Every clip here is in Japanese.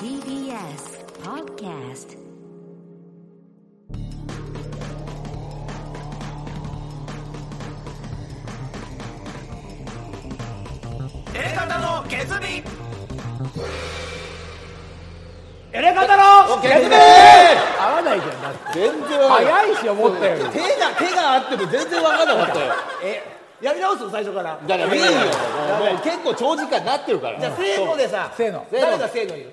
TBS Podcast 方の決意エレカタの決め合わないじゃんだって全然わかんない早いし思ったより手が手があっても全然わかんなかったよえやり直す最初からだからいいよもう結構長時間になってるからじゃあせーのでさせーの誰がせーの言う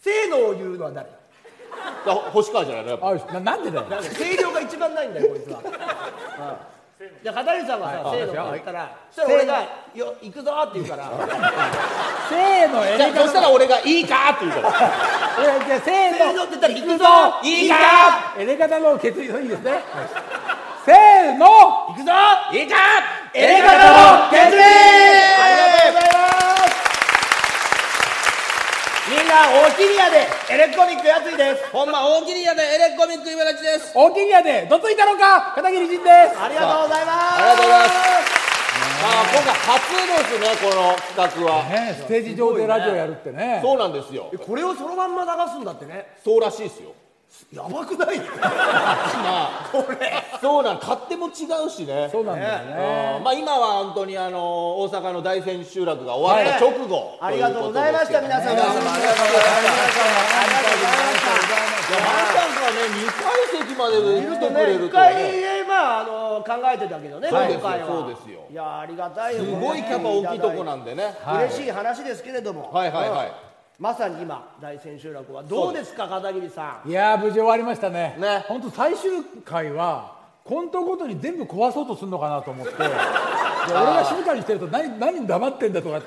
せーのを言うのは誰だ星川じゃないのやっぱあななんでだよなんか声量が一番ないんだよこいつはうんじゃあ片桐さんがさはいせーのって言ったらそしたら俺が「よ行くぞ」って言うからせーのエじゃレあそしたら俺がいいかって言うから俺じゃあせせーーののって言ったら行くぞいいかエレカタの決意のいいですねはいせーの行くぞいいかエレ映カ画タの決決意ありがとうございますみんな大きいやでエレコミックやついですほんま大喜利屋でエレコミック茨城です大きいやでどついたのか片桐仁でありがとうございますありがとうございますさあ今回初ですねこの企画は、すねステージ上でラジオやるってねそうなんですよえこれをそのまんま流すんだってねそうらしいですよやばくない まあこれそうなん勝手も違うしねそうなんだよねうんまあ今は本当にあの大阪の大仙集落が終わった直後、ありがとうございました皆んさん皆様ありがとうございましたありがとうございましたまさかね2階席までい来るてとくれねる一とは回ねまああの考えてたけどねそう今ですよ回はそうですよいやありがたいよすごいキャパ大きいとこんなんでね嬉しい話ですけれどもはいはいはいうんまさに今大千秋楽はどうですか片桐さんいやー無事終わりましたねね本当最終回はコントごとに全部壊そうとするのかなと思ってで俺が静かにしてると何何黙ってんだとか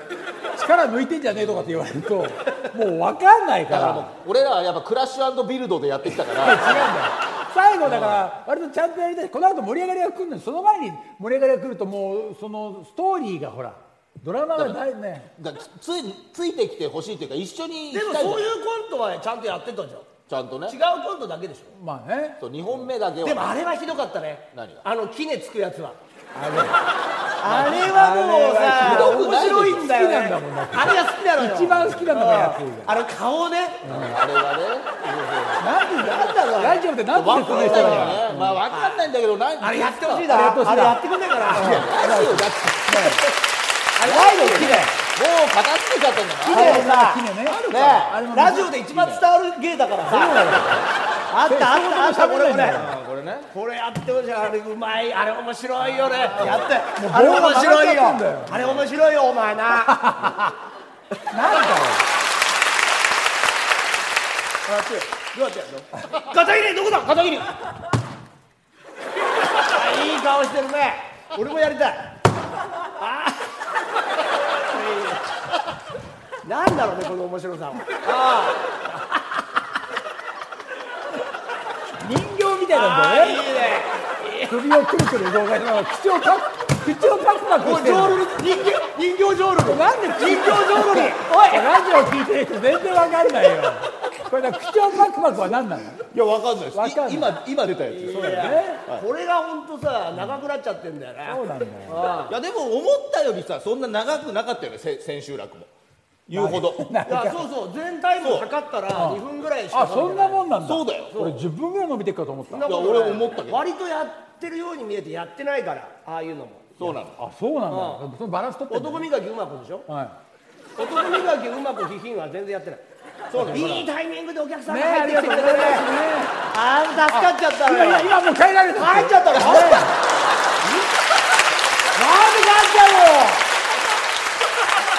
力抜いてんじゃねえとかって言われるともう分かんないかだかららもう俺らはやっぱクラッシュビルドでやってきたから違うんだよ最後だから割とちゃんとやりたいこの後盛り上がりが来るのにその前に盛り上がりが来るともうそのストーリーがほらドラマがないねだからつついてきてほしいっていうか一緒にで行きもたいじゃんそういうコントはちゃんとやってたじゃんちゃんとね違うコントだけでしょまあねそう2本目だけはでもあれはひどかったね何があの杵つくやつはああれはもうあされは面白いんだよ、ね、ひどくないでしょ好きなんだもんだってあれが好きなのよ一番好きなのがやついあの顔ねあれはねなんでなんだろうラジオでなんて分説明かんないしかたのよらねまあ分かんないんだけど何あれやってほしいあれやってほしないなあれやってくんないかなあれラジオだってライブ好きだよもう片付けちゃったんだからあれ木さのねあるかねらあれもラジオで一番伝わる芸だからさあったあったあったこれこれこれねこれやってほしいあれうまいあれ面白いよねやってうあれ面白いよ棒が曲がっちゃってんだよあれ面白いよお前なんなだよ片桐どこだ片桐あいい顔してるね俺もやりたいあーなんだろうねこの面白さは人形みたいなんだよあーいいねね首をくるくる動かしながら口をパク口をパクパクもしうてジるョールに人形人形ジョールになんで人形ジョールにおいラジオ聞いてる人全然わかんないよこれだから口をパクパクは何なのいや分かんないですわかんないい今今出たやつですいやこれが本当さ長くなっちゃってんだよねそうなんだよいやでも思ったよりさそんな長くなかったよねせ千秋楽も言うほどいやそうそう全体も測ったら2分ぐらいしかあそんなもんなんだそうだよ俺10分ぐらい伸びてっかと思ったそんなこといやない俺思ったけど割とやってるように見えてやってないからああいうのもそうなのあそうなんだ、そのバランス取ってんだ男磨きうまくでしょは男磨きうまくひひんは全然やってないそういいタイミングでお客さんい、がねえあ入っりてきがてとくうごれてざいねあー助かっちゃっまたのすいやいやよ今もう帰られた入っちゃったのよなんで帰っちゃうの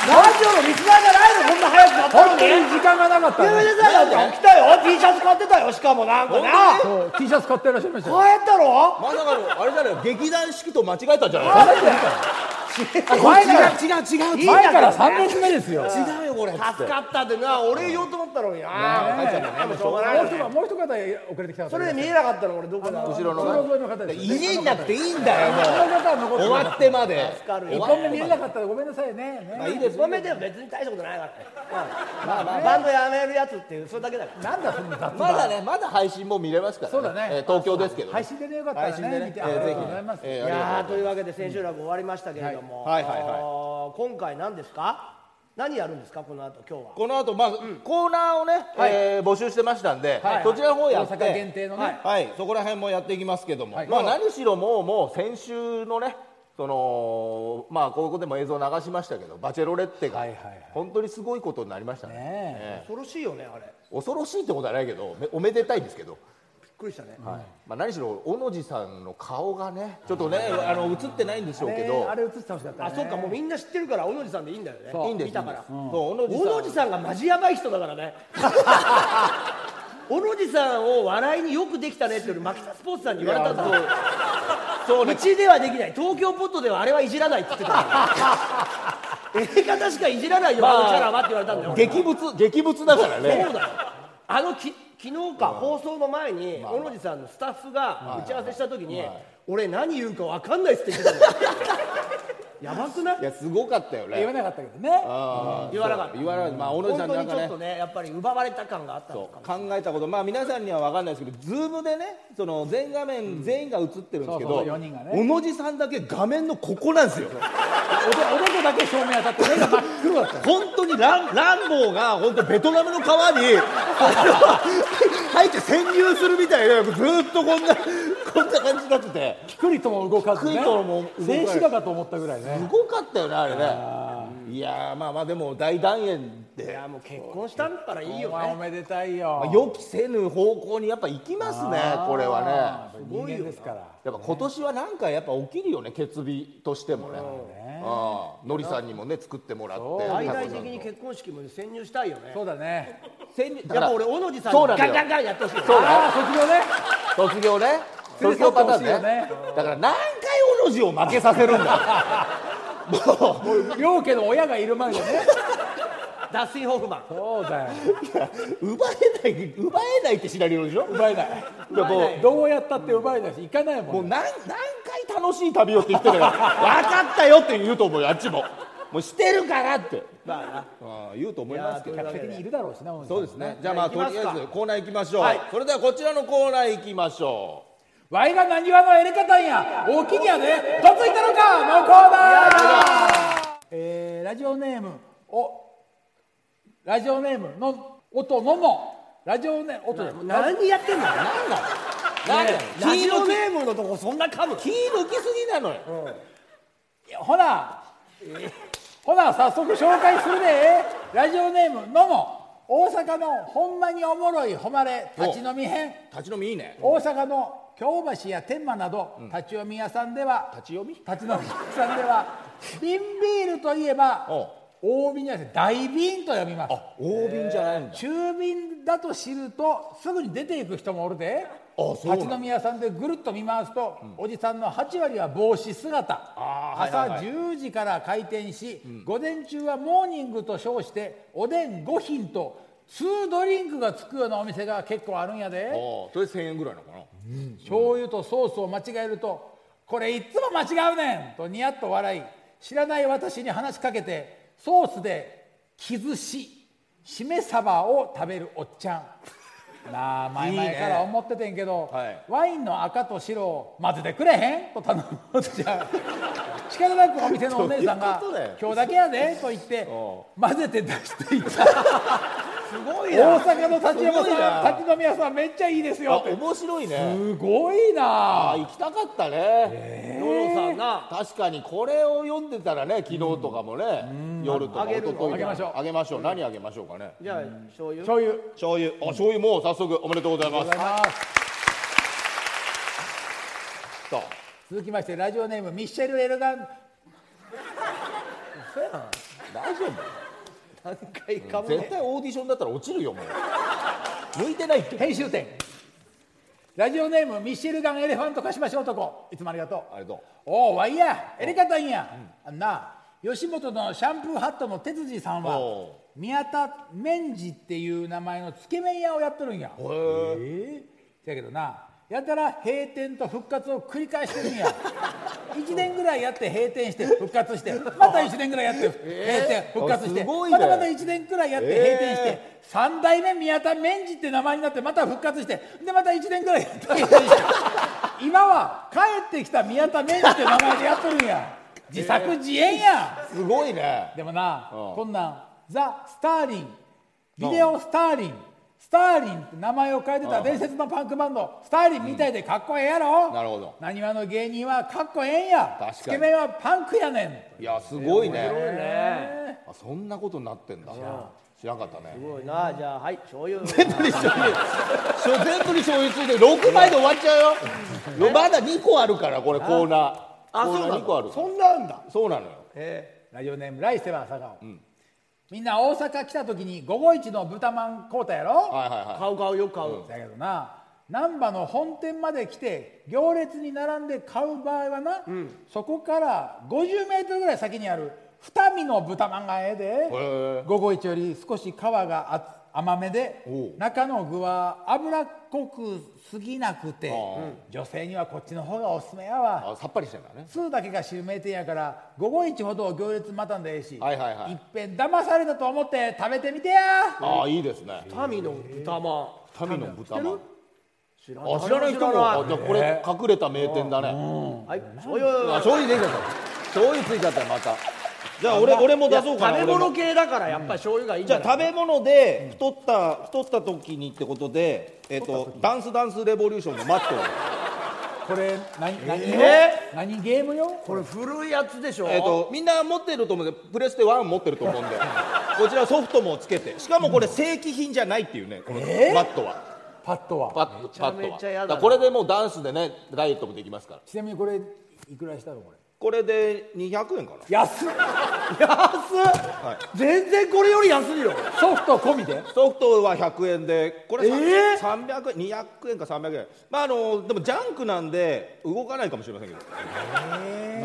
ラジオのリスナーじゃないのこんな早くなったの本当にに時間がなかったやめねなさいよ起きたよ T シャツ買ってたよしかもなんかな本そう T シャツ買ってらっしゃいましたよ変えたろまさかのあれじゃない劇団四季と間違えたんじゃあないれの前から違う違う違ういい前から3列目ですよもう違うよこれ助かったってな俺言おうと思ったのになねでもしょうがないよ一ね方もう一方遅れてきた方それで見えなかったの俺どこだ後助ろ後ろのの方ですね家になくていいんだよもこの方は残っうて終わってまでかる一よ本も見えなかったらごめんなさいねねいいです褒めては別に大したことないからねまあまあバンドやめるやつっていうそれだけだからなんだそんな雑ま談だねまだ配信も見れますからそうだねえー東京ですけどね配信でねよかったら配信でねね見てえありがーぜとうひございねますえいーありやーがとうございますというわけで千秋楽終わりましたけれどもはいはいはいはいあー今回何ですか何やるんですかこの後今日はこの後まあ、コーナーをね、はいえー募集してましたんで、はいそちらの方やっ大て阪限定のね、はいはい、そこら辺もやっていきますけども、はいまあ何しろもうもう先週のねそのまあここでも映像流しましたけどバチェロレッテがはいはいはい本当にすごいことになりましたね,ねええ、恐ろしいよねあれび恐ろしいってことはないけどめおめでたいんですけど、っくりしたねはいまあ、何しろ小野寺さんの顔がねちょっとねあの映ってないんでしょうけねどあれ映ってほしかったあそっかもうみんな知ってるから小野寺さんでいいんだよねいいんです見たからいいんですそう小野小野寺寺さんさんがマジヤバい人だからね 小野寺さんを笑いによくできたねっていうのマキタスポーツさんに言われたんだいぞやそうそうねうちではできない東京ポットではあれはいじらないって言ってたからね映画確かいじらないよ、まああのキャラはって言われたんだよ激物激物だからねそうだよあのき昨日か放送の前に小野寺さんのスタッフが打ち合わせした時に俺何言うか分かんないっすって言ってたのよやばくないいやすごかったよね言わなかったけどねあー言わなかったそう言わなかったまあ小野本寺さん当なんにかちょっねとねやっぱり奪われた感があったのそうか考えたこと、まあ、皆さんには分かんないですけど、ズームでね、その全画面全員が映ってるんですけそうそど、うそう四人がね小野寺さんだけ画面のここなんですよ、おでこだけ照明当たって目が真っ黒だった の本当にランランボーが本当ベトナムの川にあの入って潜入するみたいな、ずっとこんなこんな感じになってて、ピクリとも動かずねピクリとも動かない静止画かと思ったぐらいすねごかったよね、あれね。いやー、まあまあ、でも大団円いで、やもう結婚したんだからいいよお前おねめでたいよ予期せぬ方向にやっぱ行きますね、これはね。すごい人間ですからやっぱ今年はなんかやっぱ起きるよね、決備としてもね。ああ、のりさんにもね、作ってもらって。大々的に結婚式も潜入したいよねそうだね先日だやかっらぱ俺小野寺さそうんなにんだガンよガンガンやってほしいよねそうあだあ卒業ね卒業ね。連れ卒去業ってパほタしいよーンねね。だから何回おのじを負けさせるんだよ。もう両家の親がいる前でねダッシン・ホフマンそうだよ奪えない、奪えないってシナリオでしょ。奪えないでもうどうやったって奪えないし行かないももうんね何何回楽しい旅をって言ってるから。分かったよって言うと思うよ、あっちも。もうしてるからって。まあなああ、言うと思いますけど。客席にいるだろうしなもんそうですね。じゃあまあじとゃりああ行きえますかずコーナー行きましょう。はいそれではこちらのコーナー行きましょわいが何話のエレカタンや大きにやねどついたのかのコーナーえー、ラジオネームおラジオネームの音のもラジオネーム音だよ何やってんのう。なんだよラジオ気ネームのとこそんな噛む気抜きすぎなのよ。ほな、ほな早速紹介するでラジオネームのも大阪のほんまにおもろい誉れ立ち飲み編立ち飲みいいね。大阪の京橋や天満など立ち読み屋さんでは、立ち読み？立ち飲み屋さんで は瓶ビールといえばおう大瓶じゃなくて大瓶と呼びますあ、大瓶じゃないんだ。中瓶だと知るとすぐに出ていく人もおるでそうなん立ち飲み屋さんでぐるっと見回すと、おじさんの8割は帽子姿あーはいはいはい朝10時から開店し、午前中はモーニングと称しておでん5品と2ドリンクがつくようなお店が結構あるんやで、おうそれ千円ぐらいなのかな。醤油とソースを間違えると「これいっつも間違うねん!」とニヤッと笑い知らない私に話しかけてソースで木寿司しめ鯖を食べるおっちゃんなあ前々から思っててんけどはいワインの赤と白を混ぜてくれへんと頼むおっちゃん力なくお店のお姉さんがどういうことだよ「今日だけやで」と言ってお混ぜて出していたすご大阪の立山すごいさなん立ち飲み屋さんめっちゃいいですあ、よって面白いね。すごいなあ、あ行きたかったね。野呂さんな確かにこれを読んでたらね、昨日とかもね、夜とかあげる一のあ昨日げましょうあげましょう。何あげましょうかね。じゃあ醤油醤油醤油。あ、醤油もう早速おめでとうございます。さあ続きましてラジオネームミッシェル・エルガン大丈夫何回噛む絶ね対オーディションだったら落ちるよもう向いてないって編集点ラジオネームミッシェルガン・エレファント化しましょう男いつもありがとうあれどうおおわいやエレカタンや、あんな吉本のシャンプーハットの哲司さんはおう宮田麺治っていう名前のつけ麺屋をやってるんやへえだけどなやたら閉店と復活を繰り返してるん や1年ぐらいやって閉店して復活してまた1年ぐらいやって閉店復活してすごいねまたまた1年くらいやって閉店して3代目宮田麺治って名前になってまた復活してでまた1年くらいや って閉店して今は帰ってきた宮田麺治って名前でやっとるんや自作自演やすごいねでもな、うんこんなんザ・スターリンビデオ・スターリンスターリンって名前を変えてた伝説のパンクバンドスターリンみたいでかっこええやろ、なるほどなにわの芸人はかっこええんや確かにつけ麺はパンクやねんいやすごいね、ねあそんなことになってんだ知らなかったねすごいなじゃあはい醤油全部に醤油しょ全部に醤油ついて6枚で終わっちゃうよよまだ2個あるからこれコーナーあコそうなーナーの2個あるそんなんだそうなのよえラジオネームライセバー佐川、みんな大阪来た時に午後一の豚まん買うたやろ、はいはいー は買う買うよく買うだけどな難波の本店まで来て行列に並んで買う場合はな、そこから50メートルぐらい先にある二見の豚まんがええへえで午後一より少し皮が厚甘めでおう中の具は脂っこくすぎなくてあー女性にはこっちの方がおすすめやわいあさっぱりしてんだね通だけが襲名店やから午後一ほど行列待たんでええし、はいはいはいっぺん騙されたと思って食べてみてやああいいですねタミの豚まん民の豚まん知らあ知らない人もあじゃあこれ隠れた名店だねはい醤油あ醤油できちゃった醤油ついちゃったよまたじゃあ俺俺も出そうかないや俺食べも物系だからやっぱり醤油がいいんじじゃゃあない食べ物で太った太った時にってことでえっとダンスダンスレボリューションのマットをこれ何何よ、え何ゲームよこれ古いやつでしょえっとみんな持ってると思うんでプレステ1持ってると思うんでこちらソフトもつけてしかもこれ正規品じゃないっていうねこのえーマットはパッとはパッちパゃットめはちゃやだなだからこれでもうダンスでねダイエットもできますからちなみにこれいくらしたのこれこれで200円かな安っ安っ、全然これより安いよソフト込みでソフトは100円でこれえー300円200円か300円まああのでもジャンクなんで動かないかもしれませんけど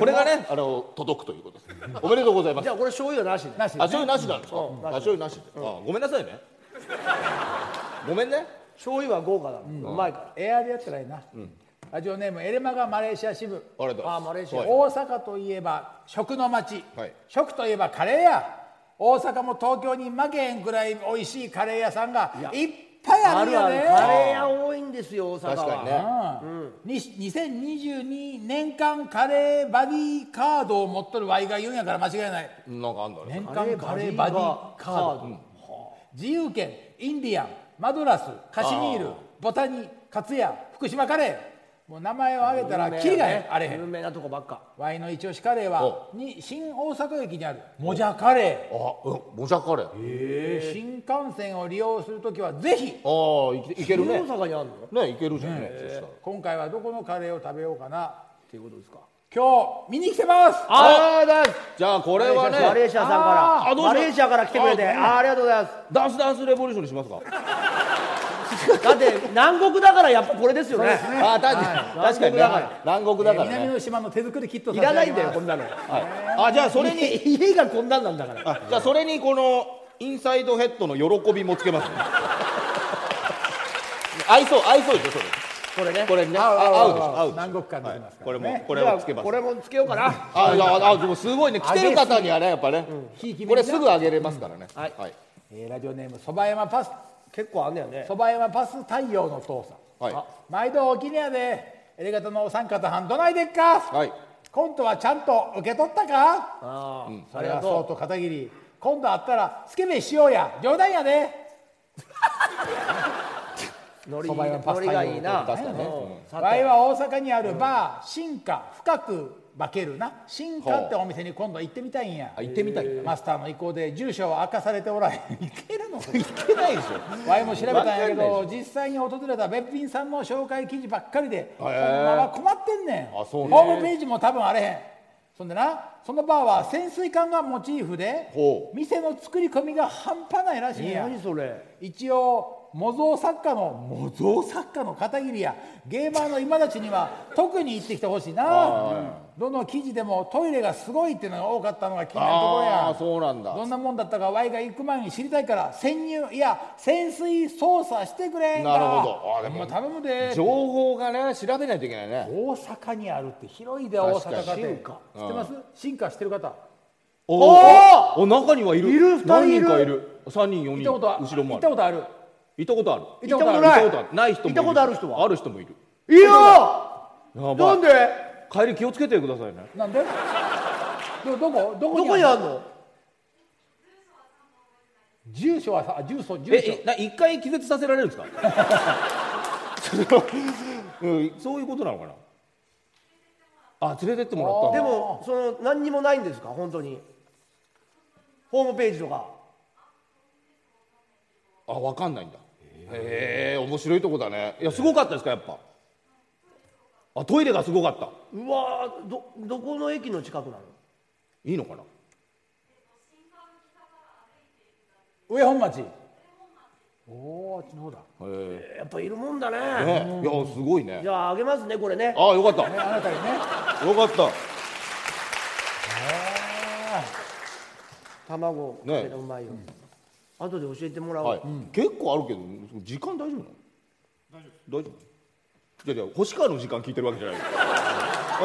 これがねあの届くということですおめでとうございますじゃあこれ醤油はなしでなしあ醤油なしなんですか、うんあ醤油なしで、あごめんなさいねごめんね醤油は豪華だもん、うまいからエアでやったらいいな、ラジオネームエレマガマレーシア支部ありがとうございますあマレーシアはい大阪といえば食の街、はい食といえばカレーや大阪も東京に負けへんくらい美味しいカレー屋さんがいっぱいあるよねカレー屋多いんですよ大阪は確かにねに2022年間カレーバディカードを持っとるワイが言うんやから間違いないなんかあんだね年間カレーバディカードカード自由軒インディアンマドラスカシミールボタニカツヤ福島カレーもう名前を挙げたらキリがへんあれへ有ん名なとこばっかワイの一押しカレーはに新大阪駅にあるもじゃカレあうんもじゃカレー、ー新幹線を利用する時はぜひああいけいけるね大阪にあるのっねいけるじゃんね、そしたら今回はどこのカレーを食べようかなていうことですか今日見に来てますああじゃあこれはねマレーシアさんからあどうしよマうレーシアから来てくれてあごめんあありがとうございまダンスダンスレボリューションにしますかすだって南国だからやっぱこれですよねあ確かに確かにね南国だからね南の島の手作りキットい差しら上なげいんますだよこんなのはい、あじゃあそれに 家がこんなんなんだからあじゃあそれにこのインサイドヘッドの喜びもつけます、ね、合いそう合いそうでしょそこれれねこれねあ合うでしょ合うでしょ南国感出てますかこられね、もこれをつけますこれもつけようかなあいやあでもすごいね来てる方にはねやっぱね、ひいき目になこれすぐあげれますからね、んはいはいえーラジオネームそば山パス結構あんねやねそば山パス太陽の父さんはい毎度おきにやでエレガタのお三方はんどないでっか、はいコントはちゃんと受け取ったかあーそれはそうと片桐今度会ったらスケベしようや冗談やで海そば屋の苔パスタ海苔がいいな確かにね、わいは大阪にあるバー進化深く化けるな進化ってお店に今度行ってみたいんやあ行ってみたいねマスターの意向で住所は明かされておらへんいけるの 行けないでしわいも調べたんやけわど実際に訪れたべっぴんさんの紹介記事ばっかりでそのまま困ってんねんあそうねホームページも多分あれへんそんでなそのバーは潜水艦がモチーフでほう店の作り込みが半端ないらしいんや何それ一応模造作家の模造作家の片桐やゲーマーの今立ちには特に行ってきてほしいな、どの記事でもトイレがすごいっていうのが多かったのが気になるところやあーそうなんだどんなもんだったか Y が行く前に知りたいから潜入いや潜水捜査してくれんかなるほどあーでもほんま頼むでょ情報がね調べないといけないね大阪にあるって広いで大阪かて確知ってます、進化してる方おおお中にはいるいる二人い何る人かいる3人4行っ人たことは後ろも行あったることある行ったことある行ったことない行ったことあるない人も行いるったことある人はある人もいるいいよやばないんで帰り気をつけてくださいねなんでどどこどこどにこにああるんの住所はさあ住所住え所えな一回気絶させられるん ですかそれはうんそういうことなのかなあ連れてってもでらっもその何にもないんですか本当にホームページとかたのあ分かんないんだへえ面白いとこだねいやすごかったですかやっぱあトイレがすごかったうわーどどこの駅の近くないいのかな上本町おおーあっちの方だのやっぱいるもんだねねいやすごいねじゃああげますねこれねあよかったねあなたにねよかった卵かけたらねうまいよ、後で教えてもらおう、はい、結構あるけど時間大丈夫なの大丈夫じゃじゃ星川の時間聞いてるわけじゃない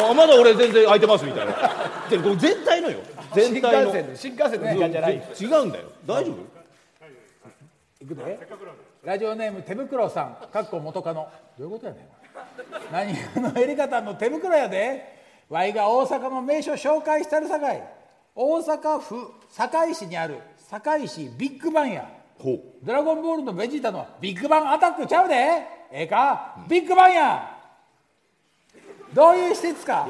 あまだ俺全然空いてますみたいな じゃこれ全体のよ全体の新幹線の時間じゃない違うんだよ大丈夫いくでラジオネーム手袋さんかっこ元カノどういうことやねん何あのエリカタンの手袋やでわいが大阪の名所紹介したるさかい大阪府堺市にある堺市ビッグバンやほうドラゴンボールのベジータのビッグバンアタックちゃうでええかビッグバンやどういう施設か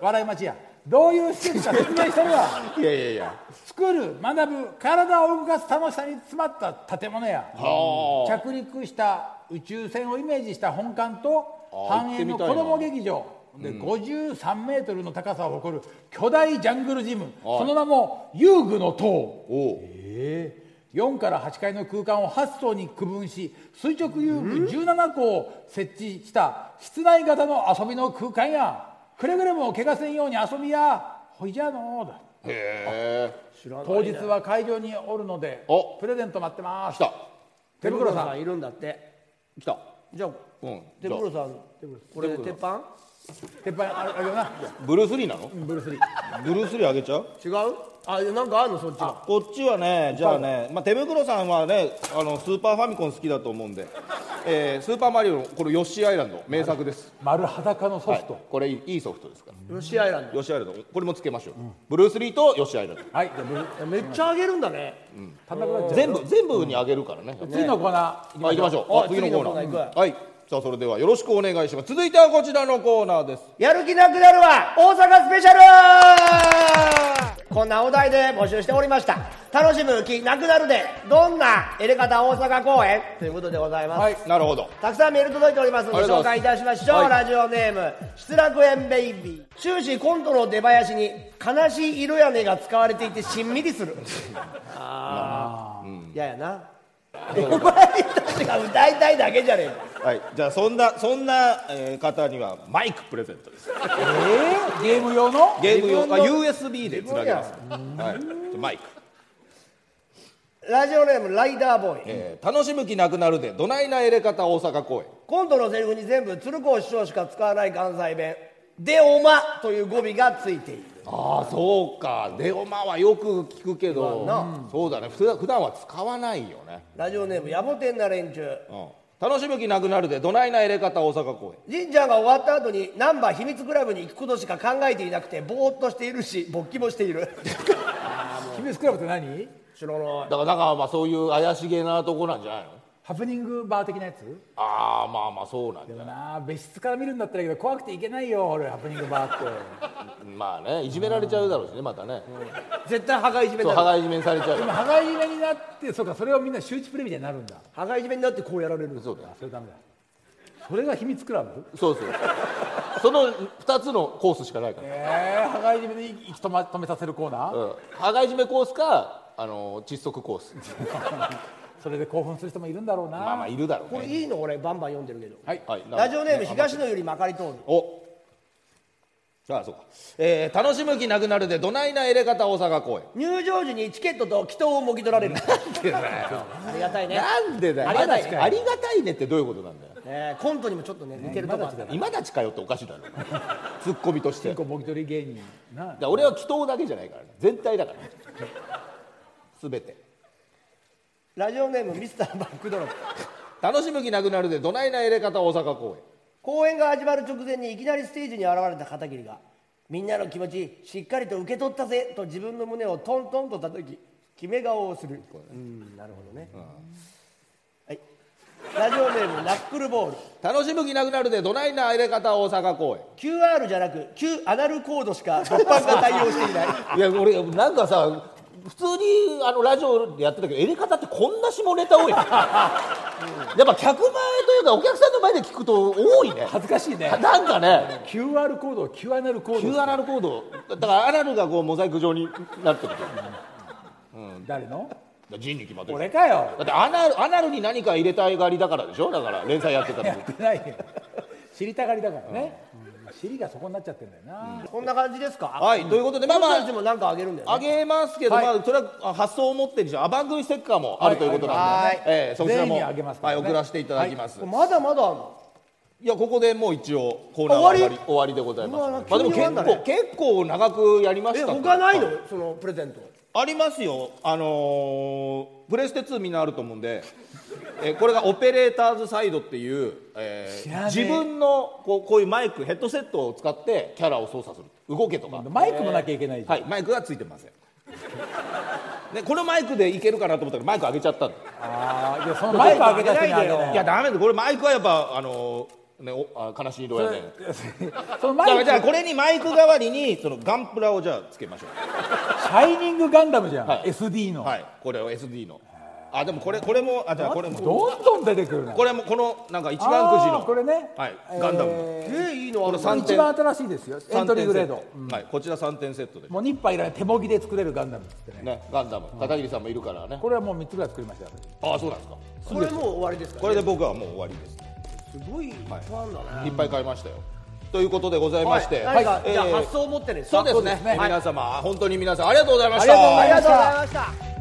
笑い待ちやどういう施設か説明してるわいやいやいや作る学ぶ体を動かす楽しさに詰まった建物や着陸した宇宙船をイメージした本館とあー半円行のってみたい子なども劇場で53メートルの高さを誇る巨大ジャングルジムその名も遊具の塔おう4から8階の空間を8層に区分し垂直遊具17個を設置した室内型の遊びの空間やくれぐれも怪我せんように遊びやほいじゃあのーだへえ当日は会場におるのでおプレゼント待ってま来すた手袋さんいるんだって来たじゃあうん手袋さんこれ鉄板鉄板あるあるよなブルース・リーなのブルースリーブルース・リーあげちゃう違うあなんかあるのそっちはこっちはね、じゃあね、まあ、手袋さんはねあの、スーパーファミコン好きだと思うんで、えースーパーマリオのこれ、ヨッシーアイランド、名作です、丸裸のソはフいト、これいい、いいソフトですから、ロシアイランヨッシーアイランド、これもつけましょう、ブルース・リーとヨッシーアイランド、はい、じゃあブルードめっちゃあげるんだね単独だっちゃう全部全部にあげるからね、次のコーナーはい、行きましょう、あはい次のコーナ次ー、のコーナー行はい、さあ、それではよろしくお願いします、続いてはこちらのコーナーです。やる気なくなるは大阪スペシャルこんなお題で募集しておりました楽しむ気なくなるでどんなエレカタ大阪公演ということでございます、はいなるほどたくさんメール届いておりますのでありがと紹うござ介いいますたしましょう、はいラジオネーム失楽園ベイビー終始コントの出囃子に悲しい色やねが使われていてしんみりするああ、いややなお前たちが歌いたいだけじゃねえかはい、じゃあそんなそんな、えー方にはマイクプレゼントですえー、ゲーム用のゲーム用あ USB でつなげますはいじゃあマイクラジオネームライダーボーイ、えー楽しむ気なくなるでどないなエレ方大阪公演コントのセリフに全部鶴光師匠しか使わない関西弁でおまという語尾がついているああそうかデオマはよく聞くけど、そうだね普段普段は使わないよね、ラジオネーム野暮天な連中うん、楽しむ気なくなるでどないなエレ方大阪公演じんちゃんが終わった後にナンバー秘密クラブに行くことしか考えていなくてぼーっとしているし勃起もしてい る秘密クラブって何知らなだいからだからまあそういう怪しげなとこなんじゃないのハプニングバー的なやつああまあまあそうなんじゃでなもいな別室から見るんだったらいいけど怖くていけないよ俺ハプニングバーって まあねいじめられちゃうだろうしねまたね、絶対羽がいじめにそうなる羽交いじめにされちゃうでも羽交い目になってそうかそれをみんな周知プレイみたいになるんだ羽がいじめになってこうやられるそうだよそれダメだそれが秘密クラブそうそうその2つのコースしかないから、えー、羽交い締めで息止,、ま、止めさせるコーナー、うん、羽交いじめコースかあの窒息コースそれで興奮する人もいるんだろうな、まあまあいるだろうこれねいいの俺バンバン読んでるけどはいはいラジオネーム東野由りまかり通るおああそうか、えー楽しむ気なくなるでどないなエレ方大阪公演入場時にチケットと祈祷をもぎ取られるありがたいねなんでだよありがたいねまだありがたいねってどういうことなんだよねコントにもちょっとね似てるとこあった今たちかよっておかしい だろツッコミとしてだ金か庫もぎ取り芸人なら俺は祈祷だけじゃないからね全体だから全てラジオネームミスターバックドロップ楽しむ気なくなるでどないなエレ方大阪公演公演が始まる直前にいきなりステージに現れた片桐がみんなの気持ちしっかりと受け取ったぜと自分の胸をトントンと叩き決め顔をするうんなるほどね、はいラジオネームナックルボール楽しむ気なくなるでどないな入れ方大阪公演 QR じゃなく Q アナルコードしか物販が対応していないいや俺なんかさ普通にあのラジオでやってたけど入れ方ってこんな下ネタ 多いねやっぱ客前というかお客さんの前で聞くと多いね恥ずかしい ねなんかね QR コードを QR コー Q ドアナルコードだからアナルがこうモザイク状になってるってことだか誰のら人に決まってる俺かよだってアナルアナルに何か入れたいがりだからでしょだから連載やってたやのってないよ知りたがりだからね、うん尻がそこになっちゃってんだよな、こんな感じですかはいということでまあま僕あたちもなんかあげるんだよ、ね、あげますけど、はいまあ、それはあ発想を持ってるでしょあ番組ステッカーもあるということなんはでいね、ええそちら全員もにあげますからねはい、送らせていただきます、い、まだまだあんのやここでもう一応コーナーは終わり終わりでございますうわまあ、でも結急に終わ構んだね結構長くやりましえた他ないのはいそのプレゼントありますよあのープレステ2みんなあると思うんでえこれがオペレーターズサイドっていう、えー知らねえ自分のこうこういうマイクヘッドセットを使ってキャラを操作する動けとかマイクもなきゃいけないじゃん、はい、マイクがついてません。ね、このマイクでいけるかなと思ったらマイク上げちゃったんでああいやそのマイク上げた人にあげないいやダメだこれマイクはやっぱあのねおあ悲しい色やねそだのマかイらクじゃあこれにマイク代わりにそのガンプラをじゃあつけましょシャイニングガンダムじゃん、はい SD うの、はいこれを SD のあでもこれこれもあじゃあこれもどんどん出てくるなこれもこのなんか一番くじあのーこれねはいガンダムのえいいのこあるの三一番新しいですよエントリーグレー三点ドセットはいこちら三点セットでもう日杯いらない手もぎで作れるガンダムっつってねねガンダム片桐さんもいるからねこれはもう3つぐらい作りましたよ私ああそうなんですかこれもう終わりですかこれで僕はもう終わりですすごいいっぱいあんだね、いっぱい買いましたよということでございましてはい、なんか、えーじゃあ発想を持ってねそうですそうねですね皆様本当に皆さんありがとうございましたありがとうございましたありがとうございました